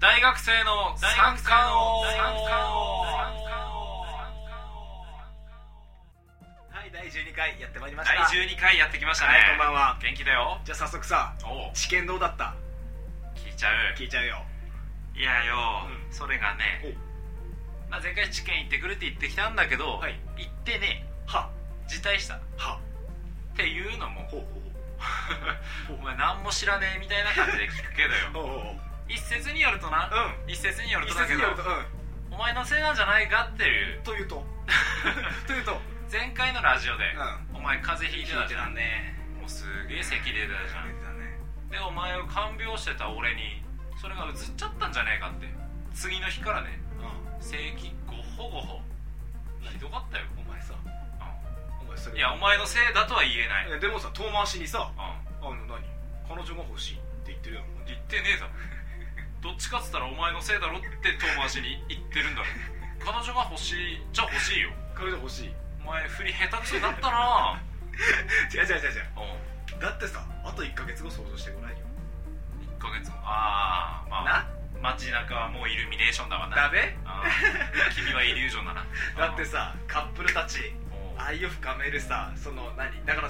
大学生の三冠王大学生の三冠王はい第12回やってまいりました第12回やってきましたねはいこんばんは元気だよじゃあ早速さおう試験どうだった聞いちゃう聞いちゃうよいやよ、うそれがね、まあ、前回試験行ってくるって言ってきたんだけど、はい行ってねは辞退したっはていうのもほうほうほうお前何も知らねえみたいな感じで聞くけどよおうおうおう 一説によるとな、う一説によるんと一だけ説にどよるとうおん前のせいなんじゃないかっていうという とというと前回のラジオで、うお前風邪ひいてたじゃんねもうすげえ咳出てたじゃんだねでお前を看病してた俺にそれがうつっちゃったんじゃねえかって次の日からねうん正規ごほごほひどかったよ、お前さうお前そんれいやお前のせいだとは言えない、うん、えでもさ遠回しにさあの何彼女が欲しいって言ってるやん言ってねえだろ どっちかっつったらお前のせいだろって遠回しに言ってるんだろ彼女が欲しいじゃ欲しいよ彼女欲しい違お前振り下手くそになったなう違う違う違うんうだってさあと1ヶ月後想像してごらんよ1ヶ月もああまあな街中はもうイルミネーションだわなダメあー君はイリュージョンだな だってさカップルたちもう愛を深めるさその何だから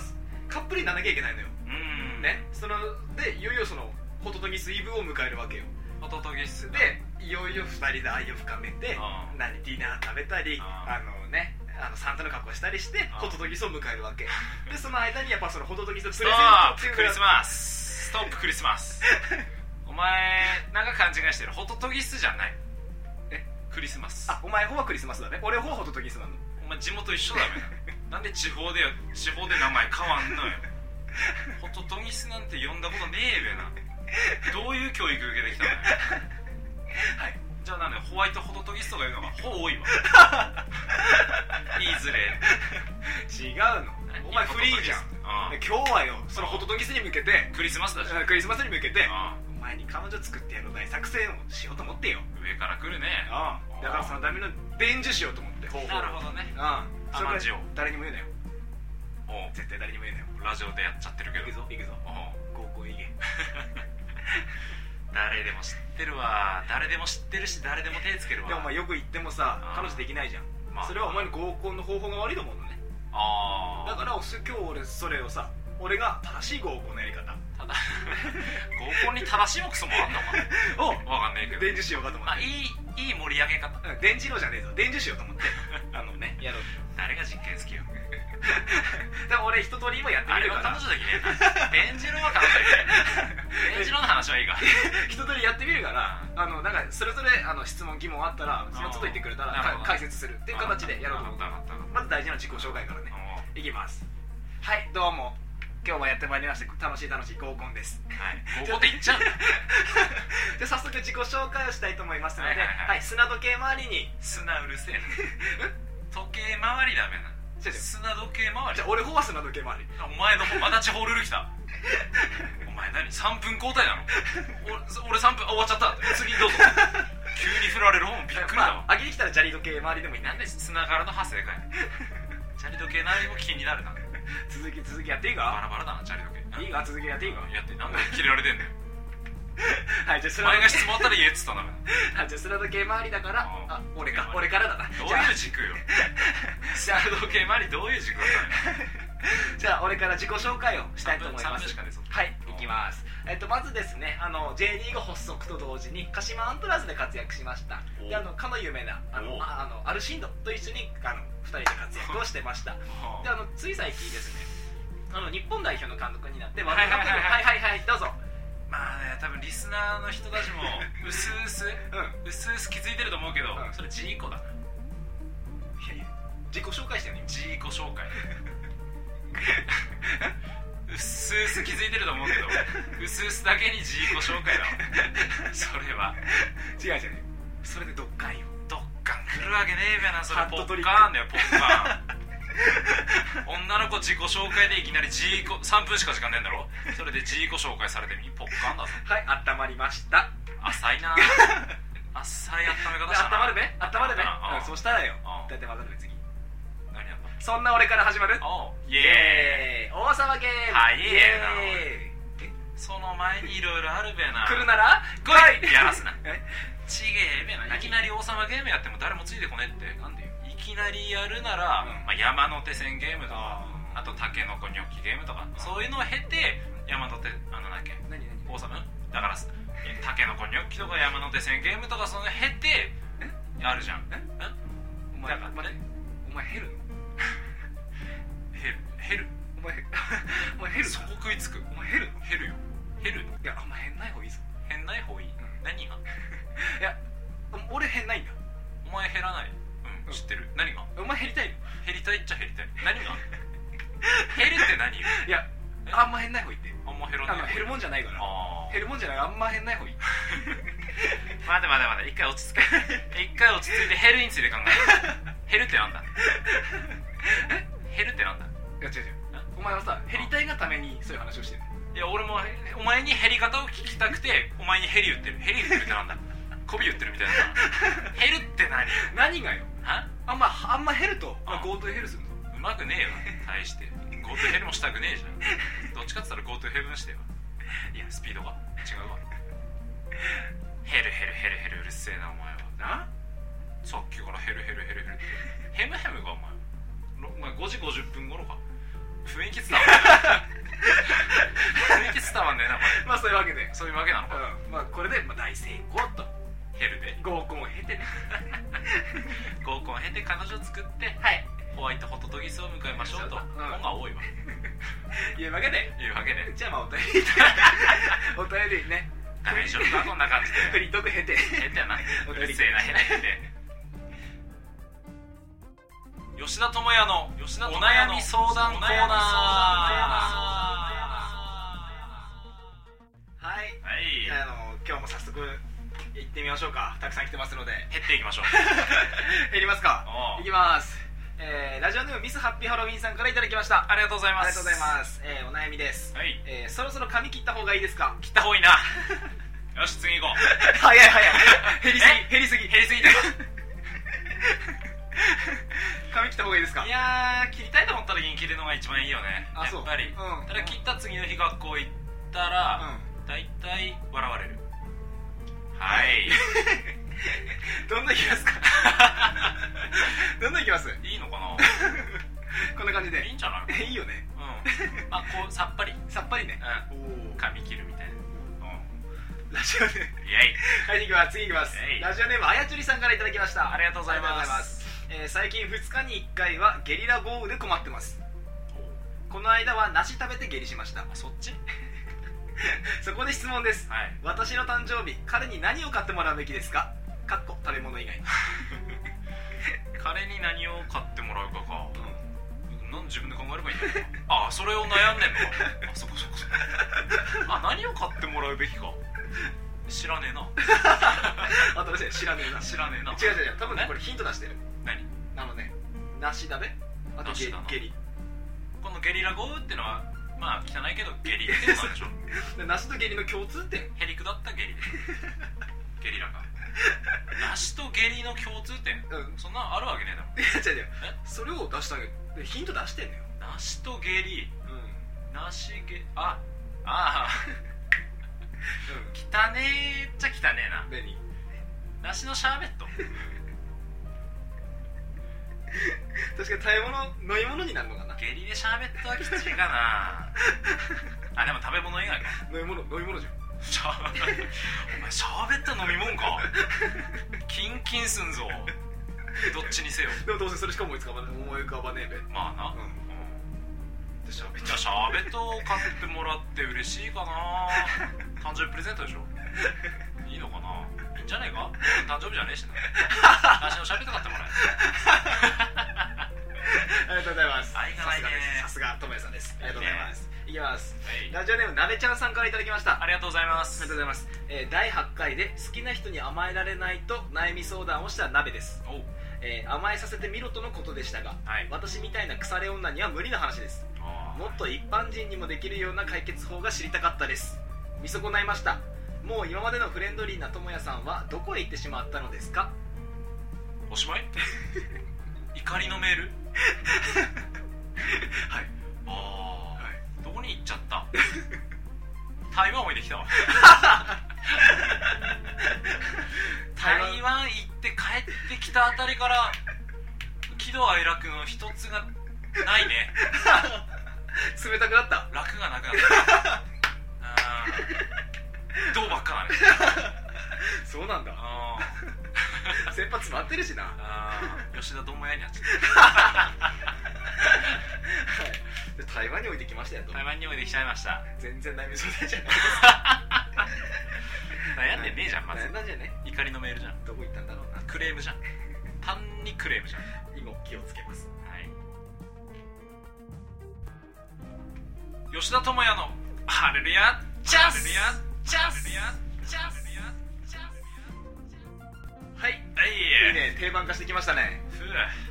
カップルにならなきゃいけないのよ、うんねそのでいよいよそのホトトギスイブを迎えるわけよおととぎ室でいよいよ2人で愛を深めてうん何ディナー食べたりうんあのねあのサンタの格好したりしてホトトギスを迎える わけでその間にやっぱそのホトトギスのスプトレゼントっていップうのクがリスマ スストップクリスマスお前なんか勘違いしてるホトトギスじゃないえクリスマスあお前方はクリスマスだね俺方はホトトギスなのお前地元一 緒だべなんで地方でよ地方で名前変わんのよホトトギスなんて呼んだことねえべなどういう教育受けてきたのよはいじゃあなんでホワイトホトトギスとか言うのがほ 多いわ言いずれ違うのお前フリーじゃんん今日はよそのホトトギスに向けてクリスマスだしうんクリスマスに向けてあお前に彼女作ってやろう大作戦をしようと思ってよ上から来るねだからそのための伝授しようと思って方法なるほどねうんそれ甘んじよう誰にも言うなよおう絶対誰にも言うなよラジオでやっちゃってるけど行くぞ行くぞおう高校へ行け誰でも知ってるわ誰でも知ってるし誰でも手つけるわでもお前よく言ってもさあー彼女できないじゃんまあそれはお前の合コンの方法が悪いと思うのねあだからおす今日俺それをさ俺が正しい合コンのやり方らただ合コンに正しいもクソもあんのをかわかんないけど伝授しようかと思っまあいていいい盛り上げ方うん伝授ろうじゃねえぞ伝授しようと思って あのねやろう誰が実験好きよでも俺一通り今やってあみれるかはら彼女できねえなベンジロは彼女できねえベンジロの話はいいか人通りやってみるからあのなんかそれぞれあの質問疑問あったらその都度言ってくれたらなるほかど解説するっていう形でやろうと思分うかった分かった分かまず大事な自己紹介からねったおういきますはいどうも今日もやってまいりました楽しい楽しい合コンですはい合コンって言っちゃうんだで早速自己紹介をしたいと思いますので、ははいいはいはい砂時計回りに砂うるせえな時計回りダメな違う違う砂時計回りじゃあ俺方は砂時計回りお前の方また地方ルール来たお前何3分交代なの俺俺3分あ終わっちゃった次どうぞ急に振られる方もびっくりだわ、まあ、上げてきたら砂利時計回りでもいいななんで砂柄の派生かいチャリ時計何も気になるな続き続きやっていいバかラバラだなチャリ時計いいか続きやっていいかやってなんでキレられてんだよはいじゃおあ前砂が時質問あったら言えっつったんだからど計はいじゃあ砂時計回りだからうんあ俺か俺からだなうじゃいあう軸よ砂時計回りどういう軸だっじゃあ俺から自己紹介をしたいと思い3ま分すしかねえぞはいいきます、えっと、まずですねあの J リーグ発足と同時に鹿島アントラーズで活躍しましたおであのかの有名なあのおああのアルシンドと一緒にあの2人で活躍をしてましたたであのつい最近ですねあの日本代表の監督にな ってはいはいワールドカップのははいいはいはいどうぞまあね多分リスナーの人たちもうすうすうんうすうす気づいてると思うけど、うんそれジーコだないやいや自己紹介してるのジーコ紹介 うっすうす気づいてると思うけどうすうすだけにジーコ紹介だわそれは今違う違うそれでどっかんよドッカン来るわけねえべなそれハッポトトリッックカーンだよポッカーン女の子自己紹介でいきなりジーコ3分しか時間ねえんだろそれでジーコ紹介されてみポッカーンだぞはいあったまりました浅いな浅い温めあ方したったなまるべあったまるべああうんそしたらよあ大体わかるべ次何やったそんな俺から始まるおうイイエーイエーイ大沢ゲームはいイイエーイエーイえその前にいろいろあるべな来るなら来いやらすな えちげえべないきなり王様ゲームやっても誰もついてこねえってなんでよいきなりやるなら、うんまあ、山手線ゲームとかあーあとタケノコニョッキゲームとかそういうのを経て山手あのなんだっけ何何王様だからえタケノコニョッキとか山手線ゲームとかその経てやるじゃんえお前だから待ってお前減るのヘルヘルお前 お前減るそのこ食いつくお前減るのヘルよヘルいやあんま減んない方がいいぞ変ない方がいい、ん何がいやお俺減んないんだお前減らないうん知ってる何がお前減りたいの減りたいっちゃ減りたい何 が減るって何 よいやえあんま減んない方がいいってあんま減らあないの減るもんじゃないからあー減るもんじゃないあんま減んない方がいい待て待て待て一回落ち着け 一回落ち着いて減るについて考える減るってなんだ減るってなんだいや違う違うお前はさ減りたいがためにそういう話をしてるいや俺もお前に減り方を聞きたくてお前に減り言ってる減り言ってるって なんだ媚び言ってるみたいな減るって何何がよはあんまあんま減るとあ GoTo ヘルするのうまくねえよ対して GoTo ヘルもしたくねえじゃんどっちかって言ったら GoTo ヘルンしてよいやスピードが違うわヘルヘルヘルヘルうるせえなお前はなさっきからヘルヘルヘルヘルってヘムヘムがお前ろお前5時50分頃か雰囲気伝わんね え雰囲気伝わんねえなお前まあそういうわけでそういうわけなのかうんまあこれでまあ大成功とヘルで合コンを経てね合コン経て彼女作ってはいホワイトホトトギスを迎えましょうとそうだうん本が多いわいうわけでいうわけでじゃあまあお便 りお便りね大丈夫かこんな感じで フリートーク経て変だなうるせえな変な変で吉田智也の吉田お悩み相談コーナーはいはいじゃああの今日も早速行ってみましょうかたくさん来てますので減っていき ましょう減りますかおういきます、えーラジオネームミスハッピーハロウィンさんからいただきましたありがとうございますありがとうございます、えーお悩みです、はいえーそろそろ髪切った方がいいですか切った方がいいな よし次行こう早い早い 減りすえぎ減りすぎ減りす ぎた髪切った方がいいですかいやー切りたいと思った時に切るのが一番いいよねあやそうっぱり、うんただ切った次の日学校行ったら、う大体笑われるはいんどんどんいきますか どんどんいきますいいのか こんな感じでないいんじゃないえいいよね うんあこうさっぱりさっぱりねうおんお髪切るみたいなうんラジオネームイエイはい次いきます次いきますえいラジオネームあやちゅりさんからいただきましたありがとうございますありがとうございますえー最近2日に1回はゲリラ豪雨で困ってますこの間は梨食べて下痢しましたあそっちそこで質問ですはい私の誕生日彼に何を買ってもらうべきですかかっこ食べ物 以外彼に何を買ってもらうかかなん自分で考えればいいんだよ あそれを悩んでんのかあそこそこそこあ何を買ってもらうべきか知らねえな新しい知らねえな知らねえな違う違う違う多分ねえこれヒント出してる何なのね梨だねあと梨下だな下痢このゲリラ豪雨ってのはまあ汚いけど下痢ってことなんで しょで梨と下痢の共通点へりくだった下痢でゲリラか梨と下痢の共通点うんそんなのあるわけねえだいや 違う違うそれを出したんでヒント出してんのよろ梨と下痢うんうん梨下あああ汚ねえっちゃ汚ねえな何梨のシャーベット確かに食べ物飲み物になるのかな下痢でシャーベットはきついか なあでも食べ物以外か飲み物飲み物じゃんシャーお前シャーベット飲み物かキンキンすんぞどっちにせよでもどうせそれしか思いつかばね思い浮かばねえべうんまあな、で しゃべっじゃあシャーベットを買ってもらって嬉しいかな誕生日プレゼントでしょいいのかないいんじゃねえか誕生日じゃねえ しな私のシャーベット買ってもらえありがとうございますはいさすがですはさいすがともやさんですありがとうございますいきますはいラジオネームなべちゃんさんからいただきましたありがとうございますありがとうございます、えー第8回で好きな人に甘えられないと悩み相談をした鍋です、おうえー甘えさせてみろとのことでしたがはい私みたいな腐れ女には無理な話ですあもっと一般人にもできるような解決法が知りたかったです見損ないましたもう今までのフレンドリーなともやさんはどこへ行ってしまったのですかーおしまい 怒りのメー ルはいああ、どこに行っちゃった台湾置いてきた わ台湾行って帰ってきたあたりから喜怒哀楽の一つがないね冷たくなった楽がなくなったうんどうばっかだねそうなんだう先発待ってるしな、はんうん吉田智也になっちゃっい、で台湾に置いてきましたよとた台湾に置いてきちゃいました全然悩みそうだじゃん悩んでねえじゃんまず悩んだんじゃね怒りのメールじゃんどこ行ったんだろうなクレームじゃん単にクレームじゃん今気をつけますはい吉田智也の「ハレルヤチャンス」チャンスチャンスチャンスはいいいはいね定番化してきましたね、ふう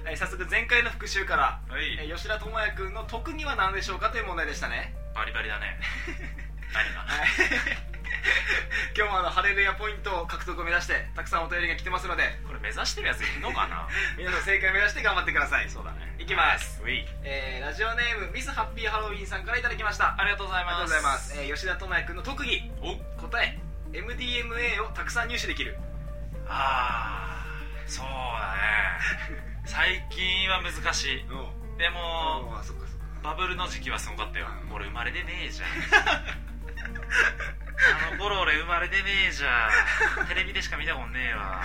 えー早速前回の復習から、はいえー吉田智也君の特技は何でしょうかという問題でしたねバリバリだ ね何がはい 今日もあのハレルヤポイントを獲得を目指してたくさんお便りが来てますのでこれ目指してるやついるのかな皆さん正解目指して頑張ってくださいそうだね いきますういえーラジオネームミスハッピーハロウィンさんからいただきましたありがとうございありがますとうございます、えー吉田智也君の特技お答え MDMA をたくさん入手できるあーそうだね 最近は難しいうんでも、あそっかそっかバブルの時期はすごかったようん俺生まれてねえ じゃんあの頃俺生まれてねえじゃんテレビでしか見たもんねえわ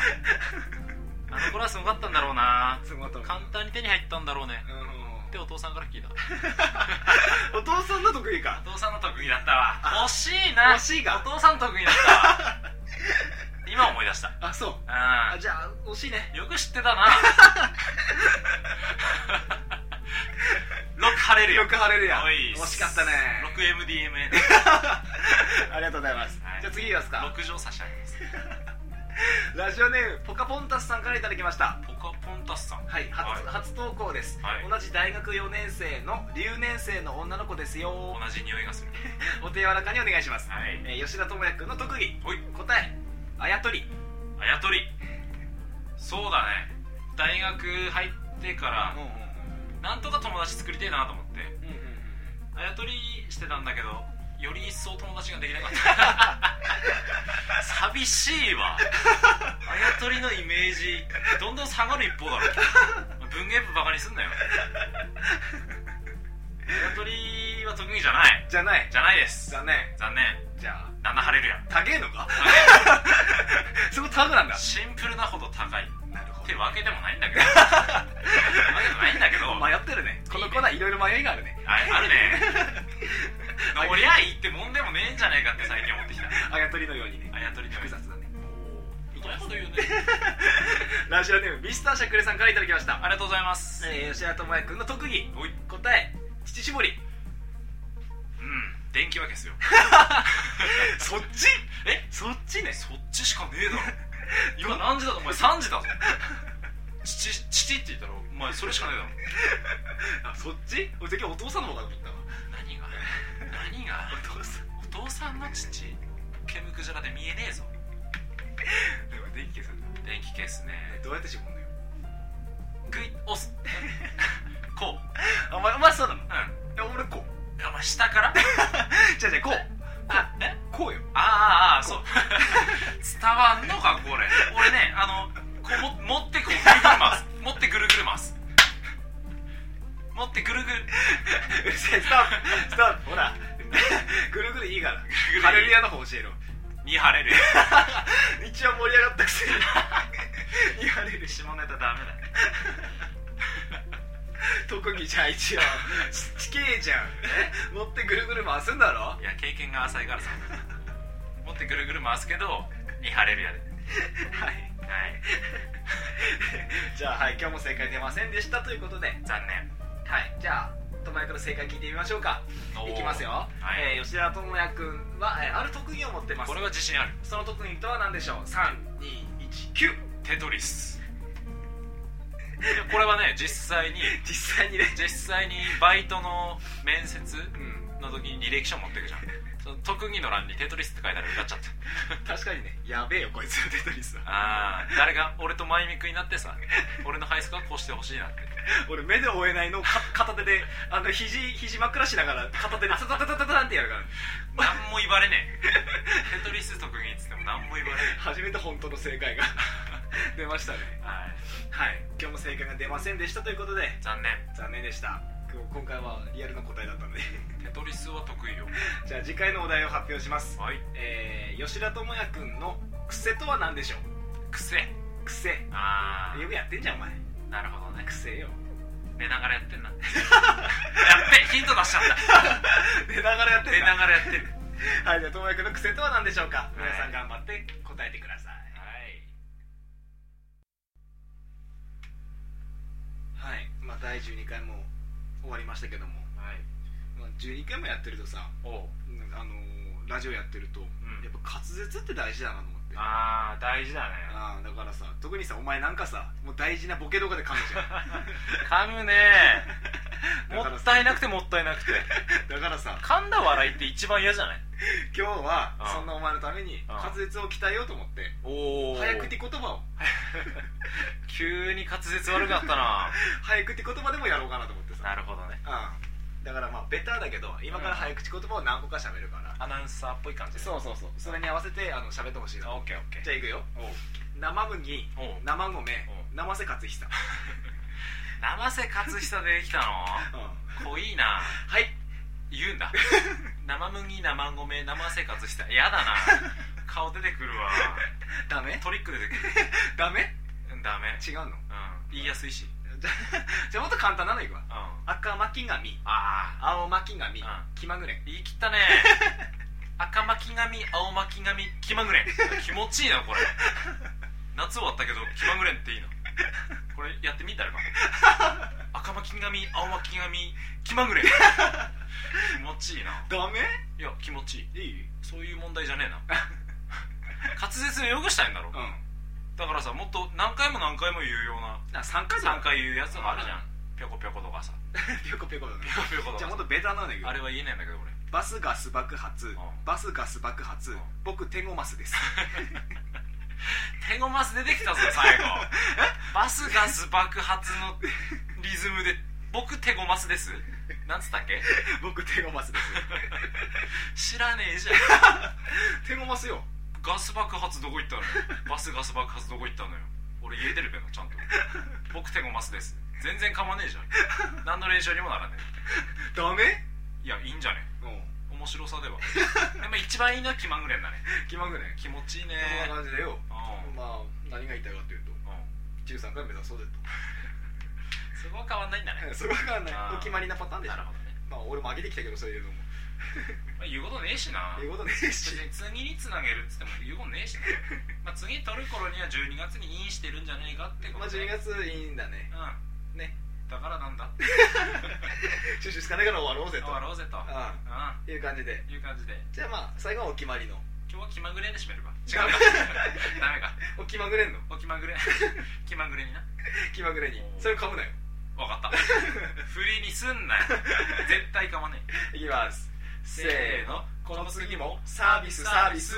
あの頃はすごかったんだろうなすごい簡単に手に入ったんだろうねってうお父さんから聞いたおんお父さんの得意か父さんの得意だったわ惜しいな惜しいがお父さんの得意だったわ今思い出したあそうあうじゃあ惜しいねんよく知ってた なロック晴れるよよく晴れるやんおい惜しかったね 6MDMA ありがとうございます、はいじゃあ次いきますか6畳差し上げますラジオネームポカポンタスさんからいただきましたポカポンタスさんはい初,、初投稿です、はい同じ大学4年生の留年生の女の子ですよ同じ匂いがするお手柔らかにお願いします、はいえー吉田智也君の特技おい答えあやとりあやとりそうだね大学入ってからなんとか友達作りてえなと思ってうんうんうんあやとりしてたんだけどより一層友達ができなかった 寂しいわあやとりのイメージどんどん下がる一方だろ文芸部バカにす んなよあやとりは得意じゃないじゃないじゃないです残念残念じゃあ旦那晴れるや高えのかすごい高くなんだシンプルなほど高いなるほってわけでもないんだけどわけでもないんだけどあ迷ってるねこのコーナーいろいろ迷いがあるねあるね乗りゃいいってもんでもねえんじゃないかって最近思ってきたあやとりのようにねあやとりの複雑だねいきますラジオネームミスターシャクレさんからいただきましあた、りがとうございますえー、吉田智也君の特技おいうん答え乳搾り電気は消すよ そっちえそっちねそっちしかねえ だろ今何時だぞお前3時だぞ父父って言ったらお前それしかねえだろあそっち俺最近お父さんの方かと思ったわ何が何がお父さんお父さんの父煙くじゃらで見えねえぞでも電気消すんだ電気消すねどうやって絞んのよグイッ押す こうあお前お前そうなのいうんや俺こうお前下からじゃあじゃあこうあえこうよ あーあーあーそう 伝わんのかこれ俺ねあのこうも持ってこうぐるぐる回す持ってぐるぐる回す持ってぐるぐるうるせえストップストップほら ぐるぐるいいからぐるいいハレルヤの方教えろに晴れる一応盛り上がったくせ にに晴れるし下ネタダメだ特技じゃん一応ちちけえじゃんえ持ってぐるぐる回すんだろいや経験が浅いからさ持ってぐるぐる回すけどに晴れるやでははいいじゃあはい今日も正解出ませんでしたということではい残念じゃあ智也君の正解聞いてみましょうかおーいきますよ、いえー吉田智也君は、えーある特技を持ってますこれは自信あるその特技とは何でしょう3219テトリスやこれはね実際に実際にね実際にバイトの面接うんの時に履歴書持ってくじゃんその特技の欄に「テトリス」って書いたら歌っちゃった確かにねやべえよこいつテトリスはああ誰が俺とマイミクになってさ俺のハイスコアこうしてほしいなって俺目で追えないのをか片手であの肘肘真っ暗しながら片手でタタタタタタンってやるから何も言われねえテトリス特技っつっても何も言われね初めて本当の正解が出ましたねえはいはい今日も正解が出ませんでしたということで残念残念でした今日今回はリアルな答えだったのでテトリスは得意よじゃあ次回のお題を発表しますはいえー、吉田智也君の癖とは何でしょ癖う癖あよくやってんじゃんお前あなるほどね癖よ寝ながらやってんなやっべヒント出しちゃった寝ながらやってん寝だながらやってるはいじゃあ智也君の癖とは何でしょうか、い皆さん頑張って答えてくださいはいはいまあ第12回も終わりましたけども、はいまあ、12回もやってるとさおううんあのーラジオやってると、んやっぱ滑舌って大事だなと思ってあああ大事だねあだからさ特にさお前なんかさもう大事なボケ動画で噛むじ ゃ噛むねだもからったいなくてもったいなくてんだからさ噛んだ笑いって一番嫌じゃない今日はああそんなお前のためにああ滑舌を鍛えようと思っておお早口言葉を急に滑舌悪かったな早口言葉でもやろうかなと思ってさ なるほどねうんだからまあベターだけど今から早口言葉を何個か喋るから、アナウンサーっぽい感じそうそうそうそれに合わせてあの喋ってほしいなオッケーオッケーじゃあいくよおう生麦おう生米お生瀬勝久生瀬勝久出てきたの濃いなはい言 うんだ生麦生米生瀬勝久やだな顔出てくるわダメトリック出てくるダメうんダメ違うのうん言いやすいしじゃあじゃあもっと簡単なのいくわうんあ赤巻紙あ青巻紙うん気まぐれ言い切った ね赤巻き髪青巻き髪気まぐれん気持ちいいなこれ夏終わったけど気まぐれんっていいなこれやってみたらか 赤巻き髪青巻き髪気まぐれん気持ちいいなダメいや気持ちいいいいそういう問題じゃねえ な滑舌をよくしたいんだろうんあだからさもっと何回も何回も言うような3回3回言うやつがあるじゃんぴょこぴょことかさピョコピョコだねぴ ょこぴょことじゃあもかっとベタなのいくさわあれは言えないんだけど俺バスガス爆発バスガス爆発うん僕テゴマスですテゴマス出てきたぞ最 後バスガス爆発のリズムで僕テゴマスですなんつったっけ 僕テゴマスで知らねえじゃす テゴマスよんガス爆発どこ行ったのよバスガス爆発どこ行ったのよ俺言えてるべなちゃんと僕テゴマスです全然噛まねえじゃん何の練習にもならねダメえいやいいんじゃねうん面白さではでも一番いいのは気まぐれんだね気まぐれ気持ちいいねそんな感じだようんうんまあ何が言いたいかというと13回目指そうぜそこは変わんないんだねと そこがねあーお決まりなパターンでしょなるほどね、まあ俺も上げてきたけどそういうのもまあ、言うことねえしないう ことね別に次につなげるっつっても言うことねえし ね、まあ、次取る頃には12月にインしてるんじゃねえかってこまあと12で、月いいんだねうんねだからなんだ収集つかながら終わろうぜ終とわろうぜとうああいう感じでんいう感じでじゃあまあ最後はお決まりの今日は気まぐれで締めるか違うか ダメか お気まぐれんのお気まぐれ 気まぐれにな気まぐれにそれ噛むなよ分 かった振りにすんなよ絶対かまねえいきますせーのこの次もサービスサービス